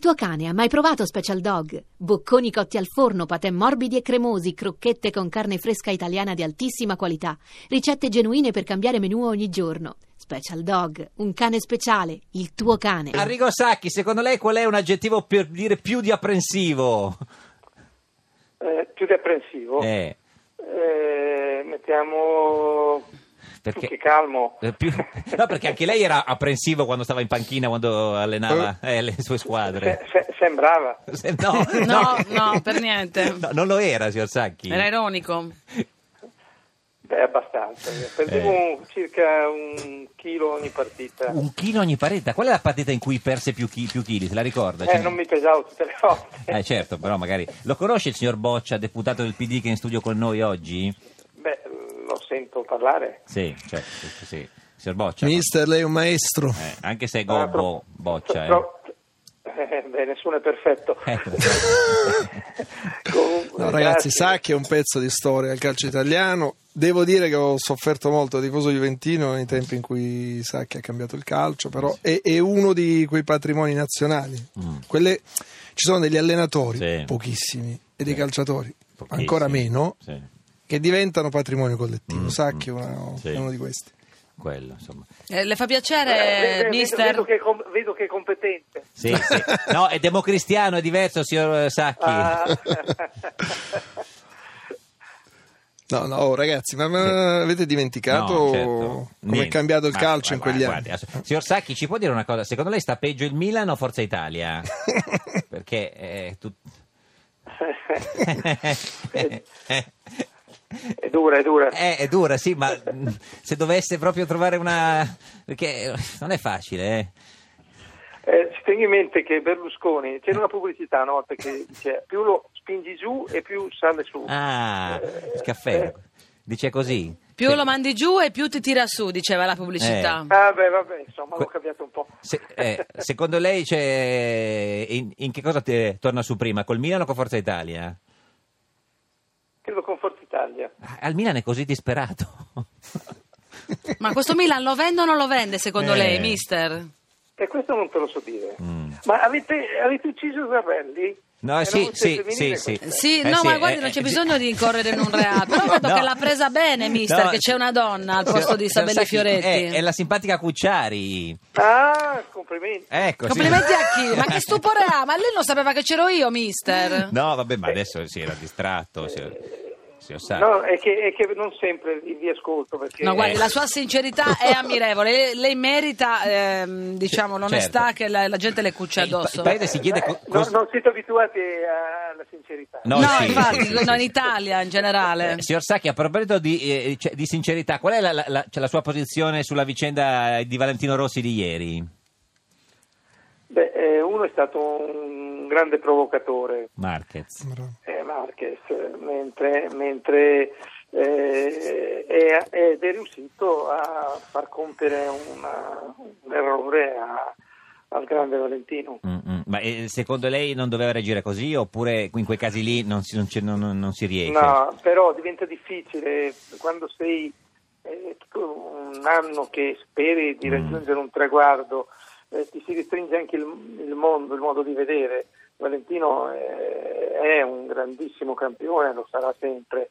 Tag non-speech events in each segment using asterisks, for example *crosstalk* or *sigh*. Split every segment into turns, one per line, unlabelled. tuo cane ha mai provato Special Dog? Bocconi cotti al forno, patè morbidi e cremosi, crocchette con carne fresca italiana di altissima qualità, ricette genuine per cambiare menù ogni giorno. Special Dog, un cane speciale, il tuo cane.
Arrigo Sacchi, secondo lei qual è un aggettivo per dire più di apprensivo?
Eh, più di apprensivo.
Eh,
Eh, mettiamo
perché...
più che calmo.
*laughs* eh, più- No, perché anche lei era apprensivo quando stava in panchina, quando allenava eh, le sue
Se-
squadre.
se- sembrava.
Se- No,
*laughs* No, no, per niente.
*laughs* No, non lo era, signor Sacchi.
Era ironico.
Beh, abbastanza.
Eh.
Perdevo un- circa un chilo ogni partita. Eh,
Un chilo ogni partita. Qual è la partita in cui perse più, chi- più chili? Se la ricorda?
Eh,
Cioè-
non mi pesavo tutte le volte. *laughs*
Eh, certo, però magari... Lo conosce il signor Boccia, deputato del PD che è in studio con noi oggi?
Beh, lo sento parlare.
Sì, cioè, sì, sì. Signor Boccia.
Mister, lei è un maestro.
eh, anche se è
Ah,
gobbo,
tro-
Boccia. eh.
tro- eh, beh, nessuno è perfetto.
*laughs*
Eh,
*laughs* Comunque,
No, ragazzi,
grazie. Eh,
sa che è un pezzo di storia del calcio italiano. Devo dire che ho sofferto molto da tifoso Juventino nei tempi in cui Sacchi ha cambiato il calcio, però è, è uno di quei patrimoni nazionali. Quelle- ci sono degli allenatori,
Sì.
pochissimi, e dei calciatori,
Pochissimi.
ancora meno,
Sì,
che diventano patrimonio collettivo. Sacchi è una-
Sì.
è uno di questi.
quello, insomma.
Eh, le fa
Eh,
piacere,
vedo-
mister?
Vedo, vedo che è com- vedo che è competente.
Sì, sì. No, è democristiano, è diverso, signor Sacchi. *laughs*
Ah. *laughs*
No, no, oh, ragazzi, ma, ma avete dimenticato
No, certo.
come è
Niente.
cambiato il
Ma-
calcio in
ma-
quegli
guardi,
anni?
ass- Signor Sacchi, ci può dire una cosa? Secondo lei sta peggio il Milan o Forza
*laughs*
Italia? Perché eh, tu- *laughs* eh,
è dura, è dura.
è dura, sì, ma mm, se dovesse proprio trovare una... perché eh, non è facile, eh.
Eh, ci tengo in mente che Berlusconi c'era una pubblicità una volta che dice più lo spingi giù e più sale su.
Ah, il caffè.
Eh.
Dice così.
Più lo mandi giù e più ti tira su, diceva la pubblicità.
Ah, beh, vabbè, insomma,
Que-
l'ho cambiato un po'.
Se- eh, secondo lei c'è- in, in che cosa te- torna su prima? Col Milan o con Forza Italia?
*laughs* Credo con Forza Italia.
Ah, Al Milan è così disperato. *laughs*
Ma questo Milan lo vende o non lo vende, secondo
Eh.
lei, mister?
E questo non te lo so dire. Ma avete, avete ucciso Zarelli?
Mm. No, eh,
Era
sì, sì,
un
sì,
femminile
sì.
questo.
Sì,
Eh,
no,
sì,
ma guardi,
eh,
non c'è
eh,
bisogno di incorrere in un reato. Però
*laughs*
vedo
No.
che l'ha presa bene, mister,
No,
che c'è una donna al posto di
signor
Isabella
Sacchi,
Fioretti.
eh, È, la simpatica Cucciari.
Ah, complimenti.
Ecco, sì.
Complimenti a
*laughs*
chi? Ma che stupore ha? Ma lei lo sapeva che c'ero io, mister.
No, vabbè, ma adesso si era distratto. Si signor Sacchi.
No, è che, è che non sempre vi vi ascolto perché...
No, guardi,
Eh.
la sua sincerità è ammirevole. Lei, lei merita, ehm, diciamo, l'onestà
certo.
che la, la gente le cuccia
Il pa-
addosso.
Il paese si chiede... co-
Eh, no,
cos-
non siete abituati alla sincerità.
no,
no,
sì,
infatti,
sì, sì, *laughs*
no, in
sì.
Italia in generale.
Eh, Signor Sacchi, a proposito di, eh, cioè, di sincerità, qual è la, la- la- cioè, la sua posizione sulla vicenda eh, di Valentino Rossi di ieri?
Beh, eh, uno è stato un grande provocatore,
Marquez.
Bravo.
eh, Marquez, mentre, mentre eh, è, ed è riuscito a far compiere una- un errore a- al grande Valentino.
Mm, mm. Ma eh, secondo lei non doveva reagire così oppure in quei casi lì non si, non c'è- non- non- non si riesce?
No, però diventa difficile quando sei eh, un anno che speri di raggiungere un traguardo, eh, ti si restringe anche il, il mondo, il modo di vedere. Valentino eh, è un grandissimo campione, lo sarà sempre,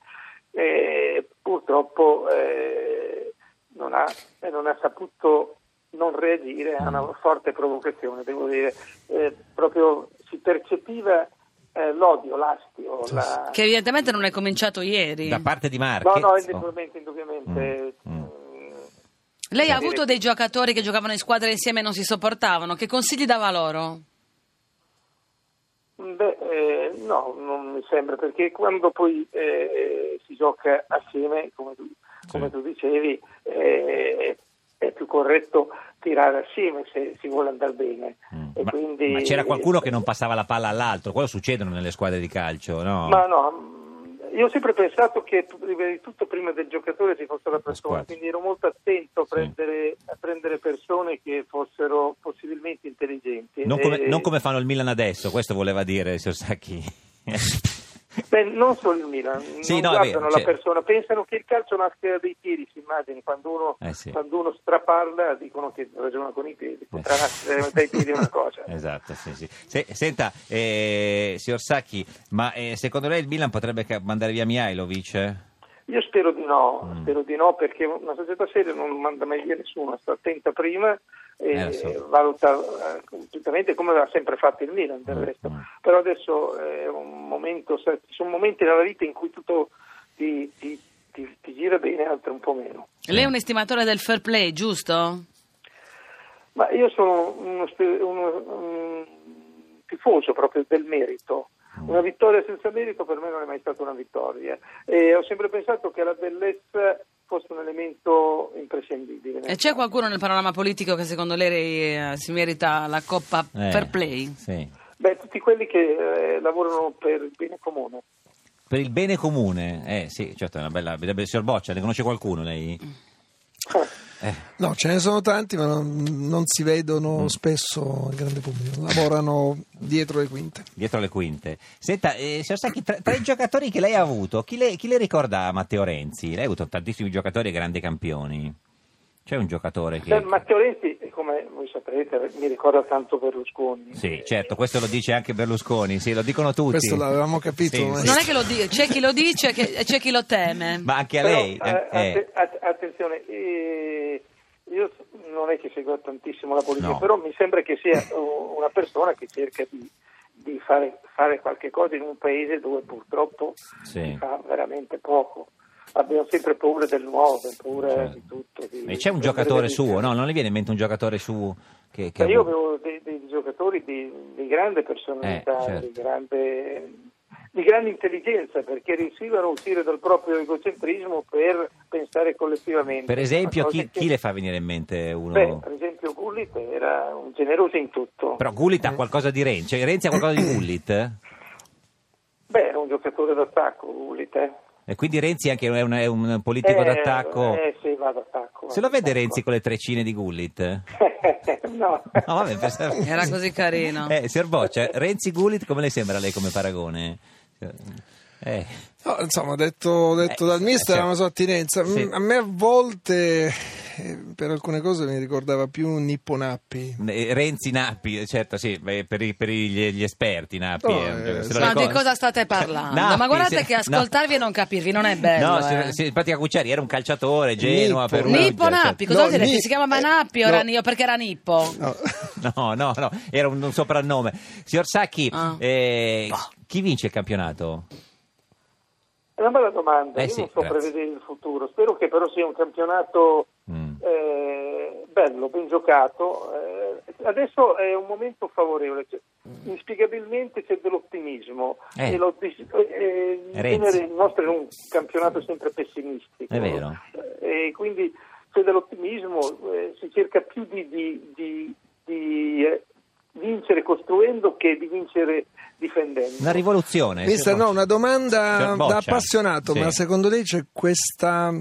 e purtroppo eh, non, ha, eh, non ha saputo non reagire a una forte provocazione, devo dire, Eh, proprio si percepiva eh, l'odio, l'astio, la,
Che evidentemente non è cominciato ieri.
Da parte di
No,
Marquez?
no,
Oh.
indubbiamente, indubbiamente.
Mm, mm.
Mm,
Lei ha
Sì.
avuto dei giocatori che giocavano in squadra insieme e non si sopportavano. Che consigli dava loro?
Beh, eh, no, non mi sembra, perché quando poi eh, si gioca assieme, come tu, come tu dicevi, eh, è più corretto tirare assieme se si vuole andare bene.
Mm.
E
Ma,
quindi-
ma c'era qualcuno che non passava la palla all'altro, quello succedono nelle squadre di calcio, no?
Ma no, mm, io ho sempre pensato che prima di tutto prima del giocatore ci fosse la persona,
squadra.
quindi ero molto attento a
Sì.
prendere, a prendere persone che fossero possibilmente intelligenti.
non, come,
E- *laughs*
non come fanno il Milan adesso, questo voleva dire, signor Sacchi.
Beh, non solo il Milan,
Sì, no,
non
è
guardano
vero,
la
cioè-
persona, pensano che il calcio nasca dai piedi, si immagini, quando uno,
Eh sì.
quando uno straparla dicono che ragiona con i piedi, potrà
Eh.
nascere dai
*laughs*
piedi una cosa.
Esatto, sì, sì. Se- senta, eh, signor Sacchi, ma eh, secondo lei il Milan potrebbe ca- mandare via Mihailovic? eh?
Io spero di no,
Mm.
spero di no perché una società seria non manda mai via nessuno, sta attenta prima e
Eh, lo so.
valuta eh, completamente come ha sempre fatto il Milan del
Mm,
resto.
mm.
Però adesso è un momento, sai, ci sono momenti nella vita in cui tutto ti, ti- ti- ti gira bene, altri un po' meno.
Lei è un estimatore del fair play, giusto?
Ma io sono uno, spe- uno- un tifoso proprio del merito. Una vittoria senza merito per me non è mai stata una vittoria. E ho sempre pensato che la bellezza fosse un elemento imprescindibile.
E c'è qualcuno nel panorama politico che secondo lei eh, si merita la coppa
Eh,
fair play?
Sì.
Beh, tutti quelli che eh, lavorano per il bene comune.
Per il bene comune, eh sì, certo, è una bella... bella- Signor Boccia, ne conosce qualcuno lei?
No, ce ne sono tanti, ma non, non si vedono
Mm.
spesso al grande pubblico. Lavorano dietro le quinte.
Dietro le quinte. Senta, eh, signor Sacchi, tra, tra i giocatori che lei ha avuto, chi le, chi le ricorda Matteo Renzi? Lei ha avuto tantissimi giocatori e grandi campioni. C'è un giocatore che...
*laughs* Beh, Matteo Renzi, come voi saprete, mi ricorda tanto Berlusconi.
Sì, certo, questo lo dice anche Berlusconi, sì, lo dicono tutti.
Questo l'avevamo capito,
Sì,
ma-
sì.
Non è che lo dice, c'è chi lo dice che- e c'è chi lo teme.
Ma anche a
Però,
lei.
eh,
eh,
atte- att- attenzione, eh, io non è che seguo tantissimo la politica,
No.
però mi sembra che sia oh, una persona che cerca di, di fare, fare qualche cosa in un paese dove purtroppo
Sì.
si fa veramente poco. Abbiamo sempre paura del nuovo, paura
Certo.
di tutto. di-
E c'è un
di
giocatore
prendere
suo, no? Non le viene in mente un giocatore suo che... che
Ma
ha
Io
avuto-
avevo dei, dei giocatori di, di grande personalità,
Eh, certo.
di, grande, di grande intelligenza, perché riuscivano a uscire dal proprio egocentrismo per pensare collettivamente.
Per esempio,
Una cosa
chi, chi
che-
le fa venire in mente uno?
Beh, per esempio Gullit era un generoso in tutto.
Però Gullit ha qualcosa di Renzi, cioè Renzi ha qualcosa di Gullit? eh?
Beh, era un giocatore d'attacco Gullit. eh.
E quindi Renzi anche è un, è un politico
Eh,
d'attacco.
Eh esatto. sì, va d'attacco. va
Se lo vede
d'attacco. *laughs*
Renzi con le treccine di Gullit? No,
no.
vabbè, per-
Era così carino.
Eh, signor Boccia, Renzi Gullit come le sembra a lei come paragone? Eh,
No, insomma, detto, detto
Eh,
dal mister
certo.
era una sua attinenza.
Sì.
Mm, A me a volte, eh, per alcune cose, mi ricordava più Nippo Nappi.
eh, Renzi Nappi, certo, sì, beh, per, i- per i- gli, gli esperti Nappi.
No,
è un
eh,
giocatore- se lo
sì.
Ma Oh, di
ricorda.
cosa state parlando?
Nappi,
Ma guardate
sì,
che
no.
ascoltarvi e non capirvi non è bello.
No,
eh.
sì, sì, in pratica Cucciari era un calciatore, Genova,
Nippo.
Perugia.
Nippo
certo.
Nappi, cosa
No,
vuol dire?
Ni-
Si chiamava
eh,
Nappi o era
no.
Nio? Perché era Nippo?
No.
*laughs* Eh,
*laughs*
No, no, no, era un, un soprannome. Signor Sacchi,
Ah.
eh, chi vince il campionato?
È una bella domanda,
Eh
io
sì,
non so
grazie.
prevedere il futuro, spero che però sia un campionato
Mm.
eh, bello, ben giocato. eh, adesso è un momento favorevole, cioè, inspiegabilmente c'è dell'ottimismo
Mm. Eh.
e lo- eh, in
Renzi.
genere il nostro è un campionato sempre pessimistico.
È vero.
Eh, e quindi c'è dell'ottimismo, eh, si cerca più di, di- di- di, eh, vincere costruendo che di vincere difendendo.
Una rivoluzione.
Mister, no, una domanda
Signor Boccia.
da appassionato,
Sì.
ma secondo lei c'è questa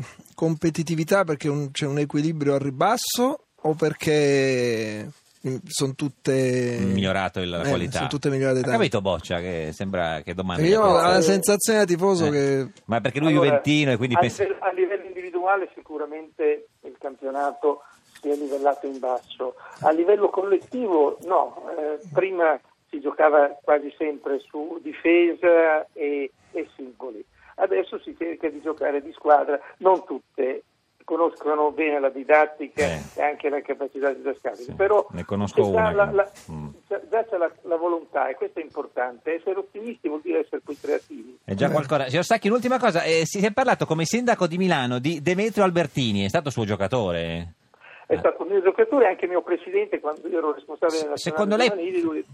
competitività perché un- c'è un equilibrio al ribasso o perché mm, sono tutte...
Migliorato il- la
Eh,
qualità.
Sono tutte migliorate
Ha
tanto.
capito Boccia che sembra che domanda...
Perché Io ho
Eh,
la sensazione da tifoso che...
Ma perché lui è
Allora,
Juventino e quindi
a,
pensa...
livello, a livello individuale sicuramente il campionato si è livellato in basso, a livello collettivo no, eh, prima si giocava quasi sempre su difesa e, e singoli, adesso si cerca di giocare di squadra, non tutte conoscono bene la didattica
Eh.
e anche la capacità didascalica,
Sì,
però
ne conosco
c'è già
una
la-
che-
la-
Mm.
già- già c'è la, la volontà e questo è importante, essere ottimisti vuol dire essere poi creativi.
È già qualcosa. Signor Sacchi, un'ultima cosa. eh, si si è parlato come sindaco di Milano di Demetrio Albertini, è stato suo giocatore?
è stato un mio giocatore e anche mio presidente quando io ero responsabile della
Secondo lei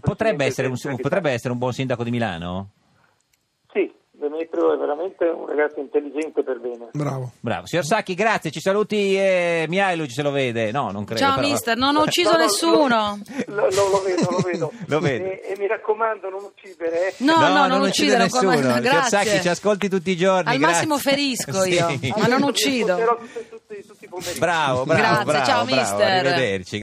potrebbe essere, un, potrebbe essere un buon sindaco di Milano?
sì Demetrio è veramente un ragazzo intelligente per bene
Bravo.
Bravo. Signor Sacchi, grazie. Ci saluti eh, Mihailovic se lo vede. No, non credo.
Ciao
però-
mister, non
*laughs*
ho ucciso
No, no,
nessuno.
lo, lo- lo vedo lo vedo,
Lo vedo.
E, e mi raccomando non uccidere eh.
No, no, non, uccidere,
nessuno.
*laughs* ancora-
Signor
grazie.
Sacchi, ci ascolti tutti i giorni.
Al
grazie.
massimo ferisco
*laughs* Sì.
io, ma non
Adesso vi
uccido.
ascolterò tutti, tutti, tutti i pomeriggi
Bravo, bravo,
Grazie,
bravo,
ciao,
bravo.
mister.
Arrivederci.